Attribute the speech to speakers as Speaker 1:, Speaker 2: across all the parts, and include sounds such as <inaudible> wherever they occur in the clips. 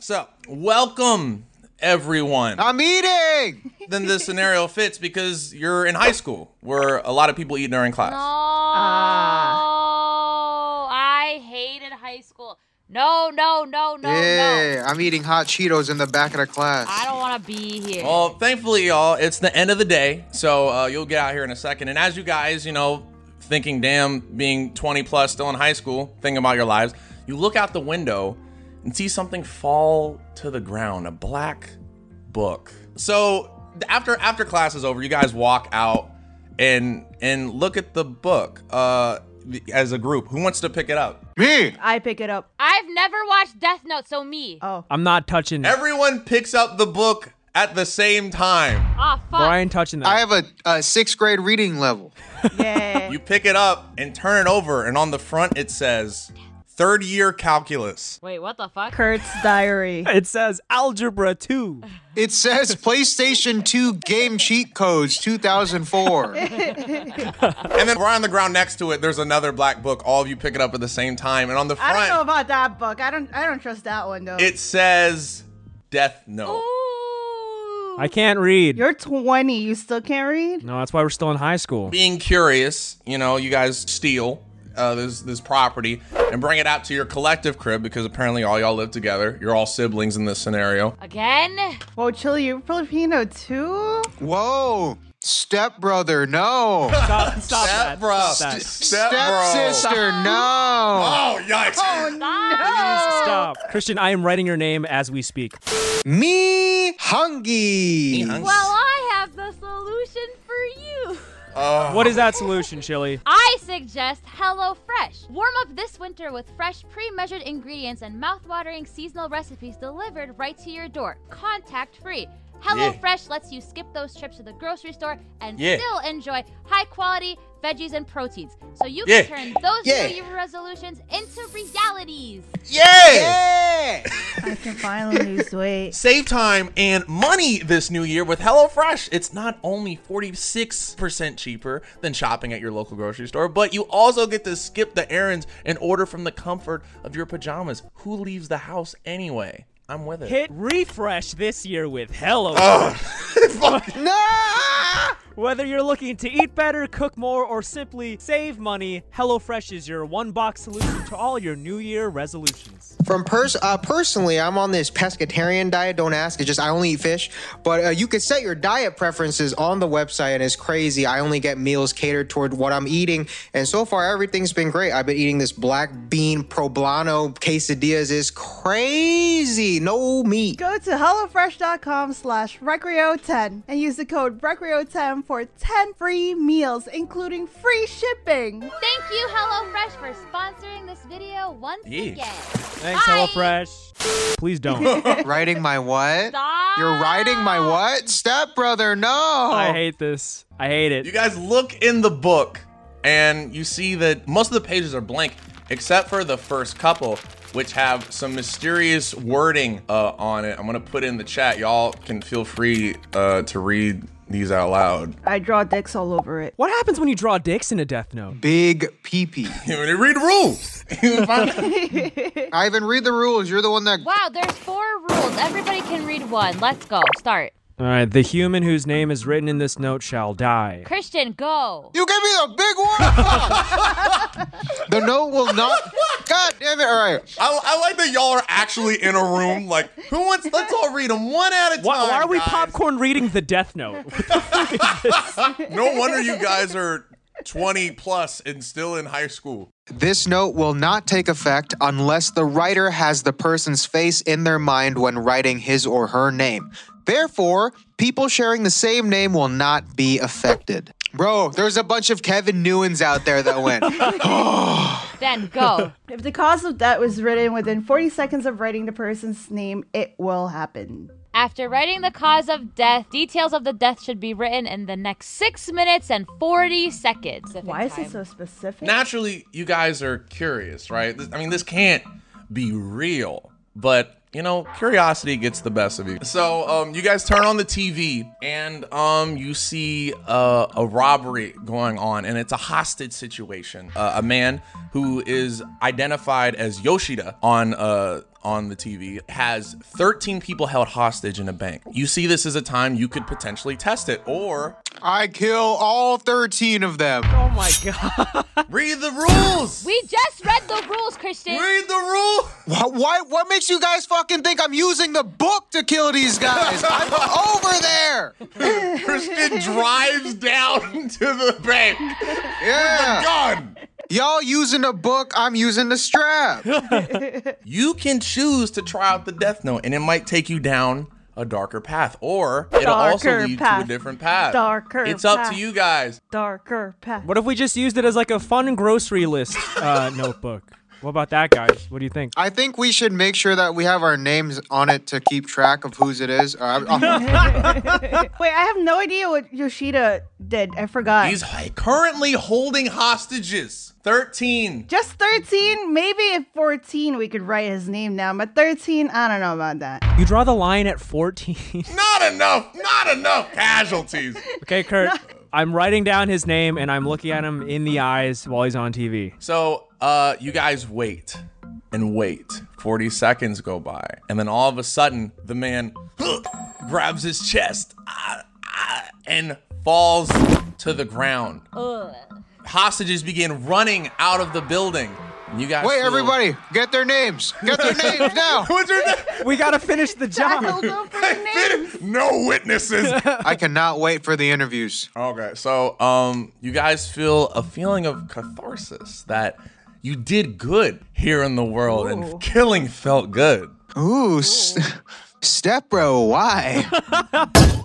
Speaker 1: So, welcome
Speaker 2: <laughs>
Speaker 1: everyone.
Speaker 2: I'm
Speaker 3: <laughs>
Speaker 2: eating.
Speaker 1: Then this scenario fits because you're in high school where a lot of people eat during class.
Speaker 3: Oh, I hated high school. No, no, no, Oh, no,
Speaker 2: yeah,
Speaker 3: no.
Speaker 2: I'm eating hot Cheetos in the back of the class.
Speaker 3: I don't want to be here.
Speaker 1: Well, thankfully, y'all, it's the end of the day, so uh, you'll get out here in a second. And as you guys, you know, thinking, damn, being 20 plus, still in high school, thinking about your lives, you look out the window and see something fall to the ground a black book. So after after class is over, you guys walk out and and look at the book uh, as a group. Who wants to pick it up?
Speaker 2: Me.
Speaker 4: I pick it up.
Speaker 3: I've never watched Death Note, so me.
Speaker 4: Oh.
Speaker 5: I'm not touching that.
Speaker 1: Everyone picks up the book at the same time.
Speaker 3: Ah, fuck.
Speaker 5: Brian touching that.
Speaker 2: I have a, a sixth grade reading level.
Speaker 4: Yeah.
Speaker 1: You pick it up and turn it over, and on the front it says third year calculus.
Speaker 3: Wait, what the fuck?
Speaker 4: Kurt's diary.
Speaker 5: it says algebra 2.
Speaker 2: It
Speaker 3: <laughs>
Speaker 2: says PlayStation 2 game cheat codes
Speaker 3: <laughs>
Speaker 2: 2004.
Speaker 1: And then right on the ground next to it, there's another black book. All of you pick it up at the same time, and on the
Speaker 4: I don't know
Speaker 1: front
Speaker 4: about that book. I don't. I don't trust that one though.
Speaker 1: it says Death Note.
Speaker 3: Ooh.
Speaker 5: I can't read.
Speaker 4: You're 20. You still can't read.
Speaker 5: No, that's why we're still in high school.
Speaker 1: Being curious, you know, you guys steal uh, this this property and bring it out to your collective crib because apparently all y'all live together. You're all siblings in this scenario.
Speaker 3: Again?
Speaker 4: Whoa, Chili, you're Filipino too.
Speaker 2: Whoa. Stepbrother, no.
Speaker 5: Stop, stop that.
Speaker 1: Stepbro.
Speaker 5: Stop that.
Speaker 1: Stepbro.
Speaker 2: Stepsister, <laughs> no.
Speaker 1: Oh yikes!
Speaker 5: Stop. Christian, I am writing your name as we speak.
Speaker 2: Me hungry.
Speaker 3: Well, I have the solution for you.
Speaker 1: Oh.
Speaker 5: What is that solution, Chili?
Speaker 3: I suggest HelloFresh. Warm up this winter with fresh, pre measured ingredients and mouth-watering seasonal recipes delivered right to your door, contact free. HelloFresh lets you skip those trips to the grocery store and
Speaker 1: Yeah.
Speaker 3: still enjoy high quality veggies and proteins. So you
Speaker 1: Yeah.
Speaker 3: can turn those
Speaker 2: Yeah.
Speaker 3: New Year resolutions into realities.
Speaker 1: Yay!
Speaker 2: Yeah.
Speaker 4: I can finally lose weight.
Speaker 1: Save time and money this new year with HelloFresh. It's not only 46% cheaper than shopping at your local grocery store, but you also get to skip the errands and order from the comfort of your pajamas. Who leaves the house anyway? I'm with it.
Speaker 5: Hit refresh this year with Hello.
Speaker 2: No.
Speaker 5: Whether you're looking to eat better, cook more, or simply save money, HelloFresh is your one box solution to all your New Year resolutions.
Speaker 2: From pers- uh, personally, I'm on this pescatarian diet. Don't ask; it's just I only eat fish. But uh, you can set your diet preferences on the website, and it's crazy. I only get meals catered toward what I'm eating, and so far everything's been great. I've been eating this black bean poblano quesadillas. It's crazy. No meat.
Speaker 4: Go to HelloFresh.com slash Recreo10 and use the code Recreo10 for 10 free meals, including free shipping.
Speaker 3: Thank you, HelloFresh, for sponsoring this video once
Speaker 1: Yeah.
Speaker 3: again.
Speaker 5: Thanks,
Speaker 3: Bye.
Speaker 5: HelloFresh. Please don't.
Speaker 2: Riding my what?
Speaker 3: Stop.
Speaker 2: You're riding my what? Stepbrother, no.
Speaker 5: I hate this. I hate
Speaker 1: You
Speaker 5: it.
Speaker 1: guys look in the book and you see that most of the pages are blank except for the first couple, which have some mysterious wording uh, on it. I'm going to put in the chat. Y'all can feel free uh, to read these out loud.
Speaker 4: I draw dicks all over it.
Speaker 5: What happens when you draw dicks in a death note?
Speaker 2: Big
Speaker 5: <laughs>
Speaker 2: peepee.
Speaker 1: When you read the rules, <laughs> you find out.
Speaker 2: Ivan, read the rules. You're the one that.
Speaker 3: Wow, there's four rules. Everybody can read one. Let's go. Start.
Speaker 5: All right, the human whose name is written in this note shall die.
Speaker 3: Christian, go.
Speaker 2: You gave me the big one. the note will not. God damn it! All right.
Speaker 1: I, I like that y'all are actually in a room. Like, who wants? Let's all read them one at a time.
Speaker 5: Why, why are we
Speaker 1: guys.
Speaker 5: popcorn reading the death <laughs> note?
Speaker 1: No wonder
Speaker 5: <laughs>
Speaker 1: you guys are 20 plus and still in high school.
Speaker 2: This note will not take effect unless the writer has the person's face in their mind when writing his or her name. Therefore, people sharing the same name will not be affected. Bro, there's a bunch of Kevin Newens out there that went.
Speaker 3: Then go.
Speaker 4: If the cause of death was written within 40 seconds of writing the person's name, it will happen.
Speaker 3: After writing the cause of death, details of the death should be written in the next six minutes and 40 seconds.
Speaker 4: Why is it so specific?
Speaker 1: Naturally, you guys are curious, right? This- I mean, this can't be real, but you know, curiosity gets the best of you. So, um, you guys turn on the TV and um, you see uh, a robbery going on, and it's a hostage situation. Uh, a man who is identified as Yoshida on uh, on the TV has 13 people held hostage in a bank. You see this as a time you could potentially test it, or
Speaker 2: I kill all 13 of them.
Speaker 5: Oh my god.
Speaker 1: read the rules.
Speaker 3: We just read the rules, Christian.
Speaker 1: read the rules.
Speaker 2: What, why, what makes you guys fucking think I'm using the book to kill these guys? I'm over there.
Speaker 1: Kristen drives down <laughs> to the bank.
Speaker 2: Yeah.
Speaker 1: Gun.
Speaker 2: Y'all using a book, I'm using the strap.
Speaker 5: <laughs>
Speaker 1: You can choose to try out the death note, and it might take you down a darker path, or it'll also
Speaker 4: Darker
Speaker 1: lead to a
Speaker 4: path.
Speaker 1: different path.
Speaker 4: Darker
Speaker 1: It's up to
Speaker 4: path.
Speaker 1: you guys.
Speaker 4: Darker path.
Speaker 5: What if we just used it as like a fun grocery list <laughs> uh, notebook? What about that, guys? What do you think?
Speaker 2: I think we should make sure that we have our names on it to keep track of whose it is. Uh, uh,
Speaker 5: <laughs>
Speaker 4: Wait, I have no idea what Yoshida did. I forgot.
Speaker 1: He's h- currently holding hostages. 13.
Speaker 4: Just 13? Maybe at 14 we could write his name down, but 13, I don't know
Speaker 1: <laughs>
Speaker 4: about that.
Speaker 5: You draw the line at 14.
Speaker 1: Not enough. Not enough casualties.
Speaker 5: <laughs> okay, <laughs> Kurt. I'm writing down his name and I'm looking at him in the eyes while he's on TV.
Speaker 1: So, uh, you guys wait and wait. 40 seconds go by. And then all of a sudden, the man grabs his chest ah, ah, and falls to the ground. Hostages begin running out of the building. You guys.
Speaker 2: wait,
Speaker 1: feel-
Speaker 2: everybody, get their names. Get their names now.
Speaker 1: What's your name?
Speaker 5: We gotta finish the job.
Speaker 4: Hold
Speaker 1: <laughs>
Speaker 4: on for the name.
Speaker 1: No witnesses.
Speaker 2: <laughs> I cannot wait for the interviews.
Speaker 1: Okay, so um, you guys feel a feeling of catharsis that you did good here in the world, and killing felt good.
Speaker 2: Ooh, s- step bro, why?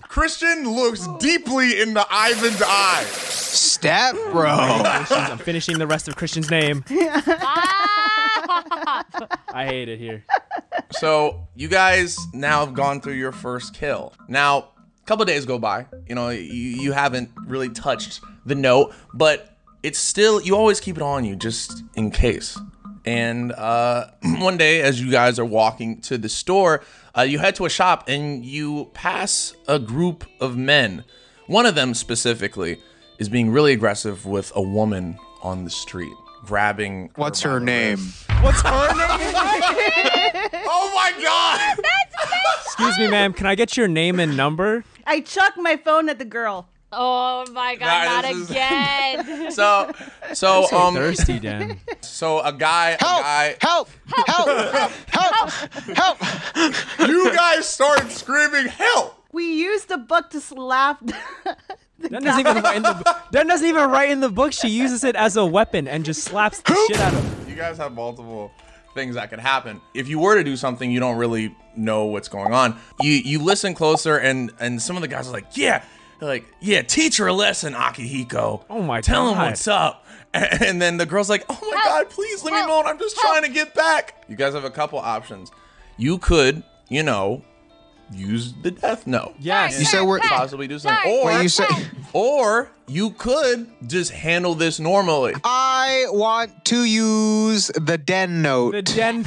Speaker 1: Christian looks deeply into Ivan's eye.
Speaker 2: step bro.
Speaker 5: <laughs> I'm finishing the rest of Christian's <laughs> name.
Speaker 3: Ah.
Speaker 5: I hate it here.
Speaker 1: So you guys now have gone through your first kill. Now, a couple days go by. You know, you, you haven't really touched the note, but it's still you always keep it on you just in case. And uh, <clears throat> one day, as you guys are walking to the store, uh, you head to a shop and you pass a group of men. One of them specifically is being really aggressive with a woman on the street, grabbing.
Speaker 2: What's
Speaker 1: by
Speaker 2: her
Speaker 1: the
Speaker 2: name?
Speaker 1: wrist. What's her name? oh my
Speaker 3: <laughs>
Speaker 1: god!
Speaker 5: Excuse me, ma'am. Can I get your name and number?
Speaker 4: I chucked my phone at the girl.
Speaker 3: oh my god,
Speaker 1: Nah,
Speaker 3: not
Speaker 1: this is- <laughs>
Speaker 3: again.
Speaker 1: So, so um,
Speaker 5: Thirsty, Dan.
Speaker 1: so a guy, a guy.
Speaker 2: Help! Help! Help! Help! Help!
Speaker 1: You guys started screaming help.
Speaker 4: We used the book to <laughs> slap.
Speaker 5: Dan doesn't even write in the Dan doesn't even write in the book. She uses it as a weapon and just slaps the shit out of him.
Speaker 1: You guys have multiple things that could happen. If you were to do something, you don't really know what's going on. You you listen closer, and and some of the guys are like, yeah, They're like yeah, teach her a lesson, Akihiko.
Speaker 5: Oh my
Speaker 1: Tell him
Speaker 5: God.
Speaker 1: what's up. <laughs> And then the girl's like, oh my
Speaker 3: Help.
Speaker 1: god, please let me
Speaker 3: Help.
Speaker 1: alone. I'm just trying to get back. You guys have a couple options. You could, you know, use the death note.
Speaker 5: Yes.
Speaker 2: You said we're-
Speaker 1: Possibly do something.
Speaker 3: Sorry.
Speaker 1: Or
Speaker 2: Wait, you say
Speaker 1: Or you could just handle this normally.
Speaker 2: I want to use the den note.
Speaker 5: The Den.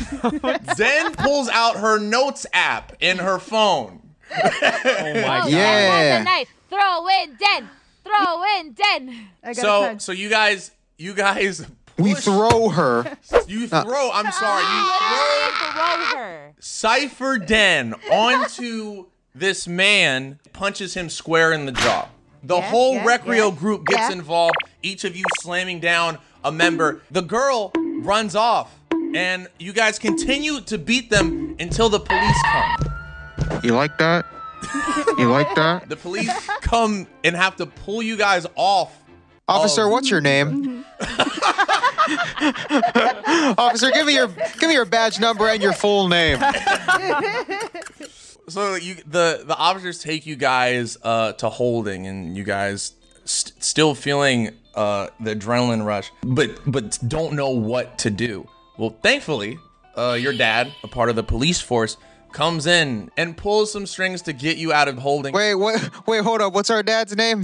Speaker 1: Zen pulls out her notes app in her phone.
Speaker 3: Oh,
Speaker 2: Yeah.
Speaker 3: Has a knife. Throw in den. Throw in den.
Speaker 4: I got
Speaker 1: So
Speaker 4: a
Speaker 1: so you guys you guys
Speaker 2: we
Speaker 1: push-
Speaker 2: throw her.
Speaker 1: you throw I'm sorry you throw
Speaker 3: Throw her.
Speaker 1: Cipher Den onto this man punches him square in the jaw. The whole
Speaker 4: yeah,
Speaker 1: Recreo
Speaker 4: yeah,
Speaker 1: group gets
Speaker 4: yeah.
Speaker 1: involved, each of you slamming down a member. The girl runs off, and you guys continue to beat them until the police come.
Speaker 2: You like that? You like that?
Speaker 1: The police come and have to pull you guys off.
Speaker 2: <laughs> Officer, what's your name? Officer, give me your give me your badge number and your full name.
Speaker 1: So you, the the officers take you guys uh, to holding, and you guys st- still feeling uh, the adrenaline rush, but but don't know what to do. Well, thankfully, uh, your dad, a part of the police force, comes in and pulls some strings to get you out of holding.
Speaker 2: Wait, what? Wait, hold up. What's our dad's name?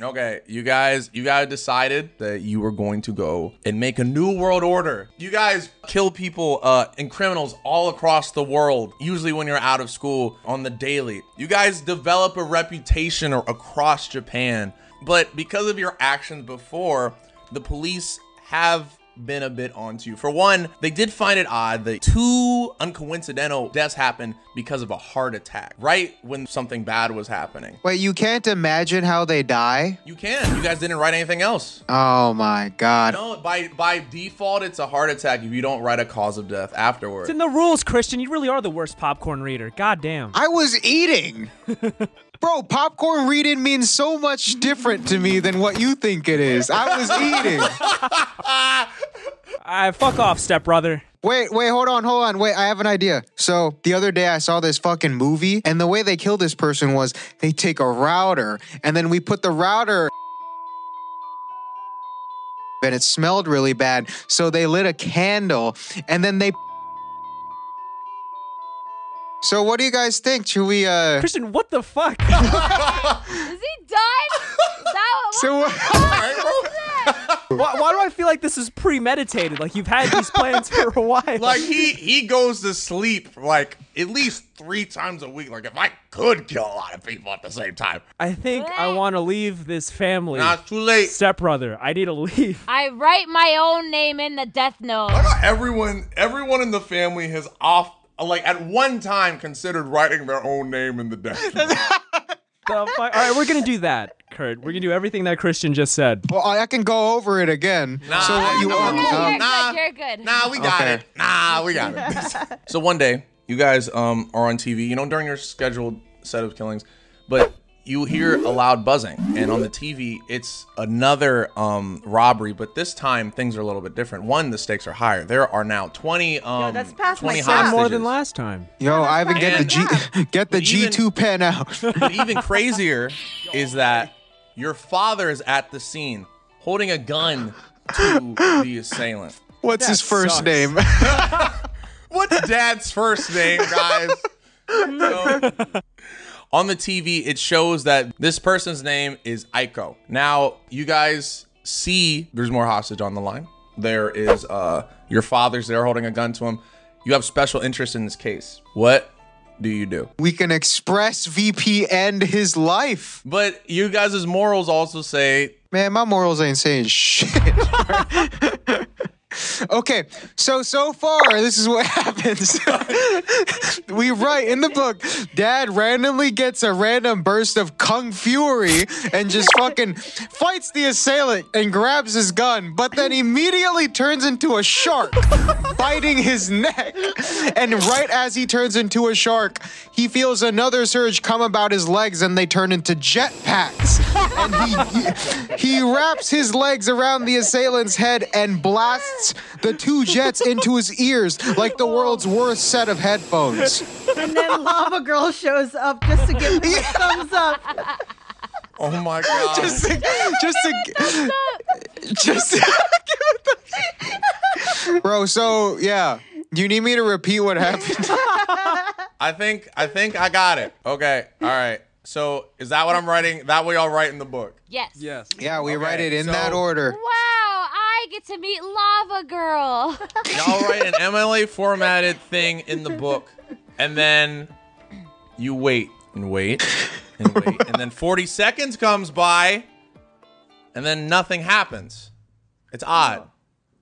Speaker 1: Okay, you guys, you guys decided that you were going to go and make a new world order. You guys kill people uh, and criminals all across the world, usually when you're out of school on the daily. You guys develop a reputation a- across Japan, but because of your actions before, the police have been a bit onto you. For one, they did find it odd that two uncoincidental deaths happened because of a heart attack, right when something bad was happening.
Speaker 2: Wait, you can't imagine how they die?
Speaker 1: You can. You guys didn't write anything else.
Speaker 2: Oh my god.
Speaker 1: No, by by default, it's a heart attack if you don't write a cause of death afterwards.
Speaker 5: It's in the rules, Christian. You really are the worst popcorn reader. God damn.
Speaker 2: I was eating. Bro, popcorn reading means so much different to me than what you think it is. I was eating.
Speaker 5: I fuck off, stepbrother.
Speaker 2: Wait, wait, hold on, hold on. Wait, I have an idea. So, the other day I saw this fucking movie, and the way they kill this person was they take a router, and then we put the router. And it smelled really bad, so they lit a candle, and then they. So, what do you guys think? Should we, uh.
Speaker 5: Christian, what the fuck?
Speaker 3: Is he done? that was
Speaker 2: So, <laughs>
Speaker 5: why, why do I feel like this is premeditated? Like you've had these plans for a while.
Speaker 1: Like he he goes to sleep like at least three times a week. Like if I could kill a lot of people at the same time,
Speaker 5: I think I want to leave this family.
Speaker 1: nah, it's too late.
Speaker 5: Stepbrother, I need to leave. <laughs>
Speaker 3: I write my own name in the death note.
Speaker 1: Everyone everyone in the family has off like at one time considered writing their own name in the death. note.
Speaker 5: The fu- All right, we're gonna do that, Kurt. We're gonna do everything that Christian just said.
Speaker 2: well, I can go over it again. so, what you
Speaker 1: no,
Speaker 2: want?
Speaker 1: no,
Speaker 3: Yeah,
Speaker 1: no.
Speaker 3: you're
Speaker 2: um,
Speaker 1: Nah.
Speaker 3: good. You're good.
Speaker 1: Nah, we got
Speaker 2: Okay.
Speaker 1: it. Nah, we got
Speaker 3: <laughs>
Speaker 1: it. so one day, you guys um, are on TV, you know, during your scheduled set of killings, but you hear a loud buzzing, and on the TV, it's another um, robbery, but this time things are a little bit different. One, the stakes are higher. There are now 20 um,
Speaker 4: that's past
Speaker 1: 20
Speaker 4: my sound.
Speaker 1: hostages.
Speaker 5: More than last time.
Speaker 2: Yo, Ivan, get the G, <laughs> get the
Speaker 1: uh, But even-
Speaker 2: G2
Speaker 1: <laughs>
Speaker 2: pen out.
Speaker 1: But even <laughs> crazier is that your father is at the scene holding a gun to the assailant.
Speaker 2: What's his first
Speaker 5: sucks.
Speaker 2: name?
Speaker 1: What's dad's first name, guys? So, on the TV, it shows that this person's name is Aiko. Now, you guys see there's more hostage on the line. There is uh your father's there holding a gun to him. You have special interest in this case. What do you do?
Speaker 2: we can express VPN his life.
Speaker 1: But you guys' morals also say
Speaker 2: Man, my morals ain't saying shit. <laughs> okay, so so far this is what <laughs> happens. we write in the book, Dad randomly gets a random burst of kung fury and just fucking fights the assailant and grabs his gun, but then immediately turns into a shark, biting his neck. <laughs> And right as he turns into a shark, he feels another surge come about his legs and they turn into jetpacks. And he, he wraps his legs around the assailant's head and blasts the two jets into his ears like the world's worst set of headphones.
Speaker 4: And then Lava Girl shows up just to
Speaker 1: <laughs>
Speaker 4: give me a thumbs up.
Speaker 1: Oh my god.
Speaker 2: Just to, just to, <laughs> just to- <laughs> Bro, so yeah, you need me to repeat what happened?
Speaker 1: I think I think I got it. Okay. All right. So is that what I'm writing? That way I'll write in the book.
Speaker 3: Yes.
Speaker 5: Yes.
Speaker 2: Yeah, we write it in
Speaker 1: so-
Speaker 2: that order.
Speaker 3: Wow, I get to meet Lava Girl. <laughs>
Speaker 1: Y'all write an MLA formatted thing in the book, and then you wait and wait and wait, and then 40 seconds comes by, and then nothing happens. It's odd.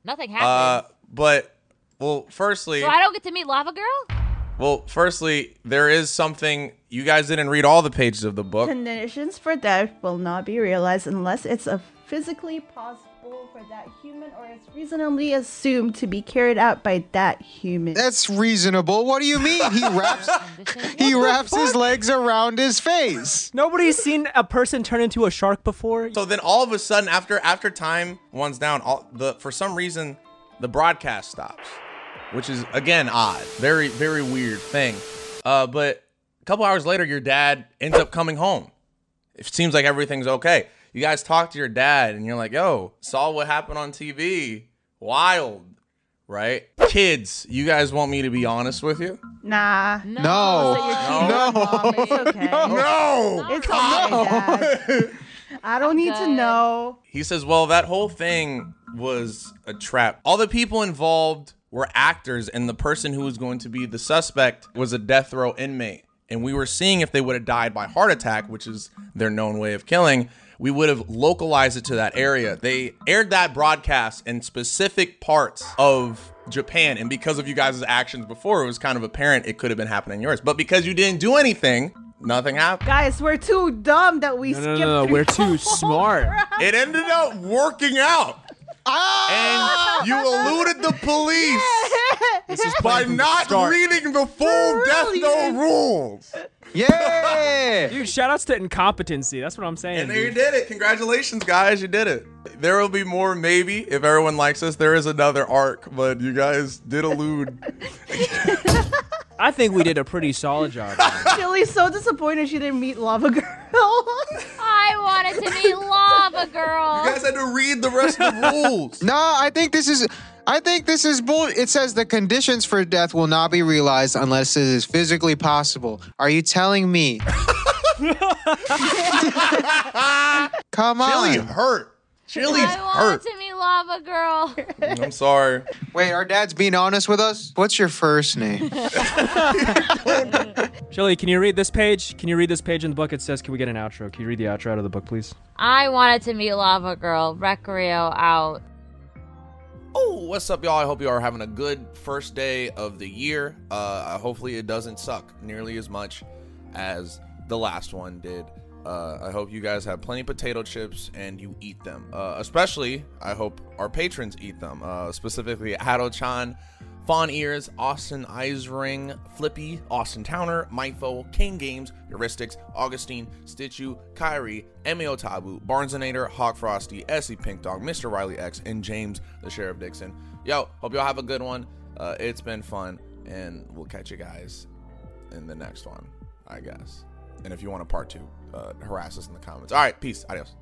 Speaker 3: Nothing
Speaker 1: Uh,
Speaker 3: happens.
Speaker 1: but well, firstly,
Speaker 3: so I don't get to meet Lava Girl?
Speaker 1: well, firstly, there is something you guys didn't read all the pages of the book.
Speaker 4: Conditions for death will not be realized unless it's a physically possible for that human or is reasonably assumed to be carried out by that human.
Speaker 2: That's reasonable. What do you mean? He wraps he wraps his legs around his face.
Speaker 5: Nobody's seen a person turn into a shark before.
Speaker 1: So then, all of a sudden, after after time runs down, all the for some reason, the broadcast stops, which is again odd, very very weird thing. Uh, but a couple hours later, your dad ends up coming home. It seems like everything's okay. You guys talk to your dad, and you're like, "Yo, saw what happened on TV. Wild, right? Kids, you guys want me to be honest with you?
Speaker 4: Nah.
Speaker 3: No.
Speaker 1: No.
Speaker 4: <laughs> Mom, Um, it's okay.
Speaker 1: No.
Speaker 4: Oh, It's okay, Dad. I don't need to
Speaker 3: good.
Speaker 4: know.
Speaker 1: He says, "Well, that whole thing was a trap. All the people involved were actors and the person who was going to be the suspect was a death row inmate. And we were seeing if they would have died by heart attack, which is their known way of killing, we would have localized it to that area. They aired that broadcast in specific parts of Japan, and because of you guys' actions before, it was kind of apparent it could have been happening in yours. But because you didn't do anything, nothing happened.
Speaker 4: Guys, we're too dumb that we
Speaker 5: No, no,
Speaker 4: skipped
Speaker 5: no, no.
Speaker 4: through
Speaker 5: We're
Speaker 4: the <laughs>
Speaker 5: too
Speaker 4: whole
Speaker 5: <laughs> smart.
Speaker 4: crap.
Speaker 1: It ended up working out.
Speaker 3: Ah!
Speaker 1: And you eluded the police
Speaker 5: This is
Speaker 1: by
Speaker 5: planned from the
Speaker 1: not
Speaker 5: start.
Speaker 1: reading the full Death Note rules.
Speaker 2: Yeah.
Speaker 5: Dude, shout outs to incompetency. That's what I'm saying.
Speaker 1: And there you
Speaker 5: dude.
Speaker 1: did it. Congratulations, guys. You did it. There will be more, maybe, if everyone likes us. There is another arc, but you guys did
Speaker 3: <laughs>
Speaker 1: elude.
Speaker 5: I think we did a pretty
Speaker 1: <laughs>
Speaker 5: solid job.
Speaker 4: Chili's so disappointed she didn't meet Lava Girl. <laughs>
Speaker 3: I wanted
Speaker 1: <laughs>
Speaker 3: to be lava girl.
Speaker 1: you guys had to read the rest of the rules.
Speaker 2: No, I think this is. I think this is bull. It says the conditions for death will not be realized unless it is physically possible. Are you telling me? Come on.
Speaker 1: Chili hurt. Chili's
Speaker 3: I wanted
Speaker 1: hurt.
Speaker 3: to be lava girl.
Speaker 1: I'm sorry.
Speaker 2: Wait, our dad's being honest with us. What's your first name?
Speaker 5: Shelly, can you read this page? Can you read this page in the book? It says, "Can we get an outro?" Can you read the outro out of the book, please?
Speaker 3: I wanted to meet lava girl. Recreo out.
Speaker 1: Oh, what's up, y'all? I hope you are having a good first day of the year. Uh, hopefully, it doesn't suck nearly as much as the last one did. Uh, I hope you guys have plenty of potato chips and you eat them. Uh, especially, I hope our patrons eat them. Uh, specifically, Hado Chan, Fawn Ears, Austin Eisring, Flippy, Austin Towner, Mifo, King Games, Heuristics, Augustine, Stitchu, Kyrie, Emio Tabu, Barnesonator, Hawk Frosty, Essie Pink Dog, Mr. Riley X, and James the Sheriff Dixon. Yo, hope y'all have a good one. Uh, it's been fun, and we'll catch you guys in the next one, I guess. And if you want a part two, uh, harass us in the comments. All right, peace. Adios.